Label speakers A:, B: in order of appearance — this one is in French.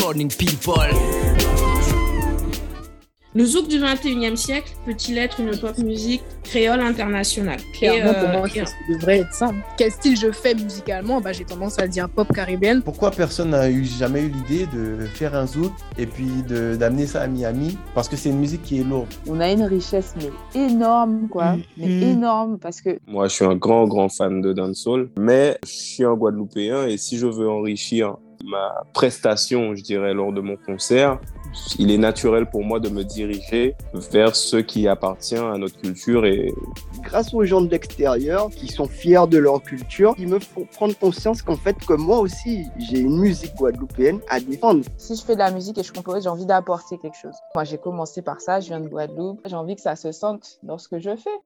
A: morning people.
B: Le zouk du 21e siècle peut-il être une pop musique créole internationale
C: Clairement,
B: Et, euh,
C: pour moi,
B: et-
C: ça ça devrait être ça. Quel style je fais musicalement bah, J'ai tendance à dire pop caribéenne.
D: Pourquoi personne n'a eu- jamais eu l'idée de faire un zouk et puis de- d'amener ça à Miami Parce que c'est une musique qui est lourde.
E: On a une richesse mais énorme, quoi.
F: Mhm.
E: Mais énorme, parce que
G: Moi, je suis un grand, grand fan de dancehall, mais je suis un Guadeloupéen et si je veux enrichir ma prestation, je dirais, lors de mon concert, il est naturel pour moi de me diriger vers ce qui appartient à notre culture et
H: grâce aux gens de l'extérieur qui sont fiers de leur culture, qui me font prendre conscience qu'en fait, que moi aussi, j'ai une musique guadeloupéenne à défendre.
E: si je fais de la musique et je compose, j'ai envie d'apporter quelque chose. Moi, j'ai commencé par ça, je viens de Guadeloupe. J'ai envie que ça se sente dans ce que je fais.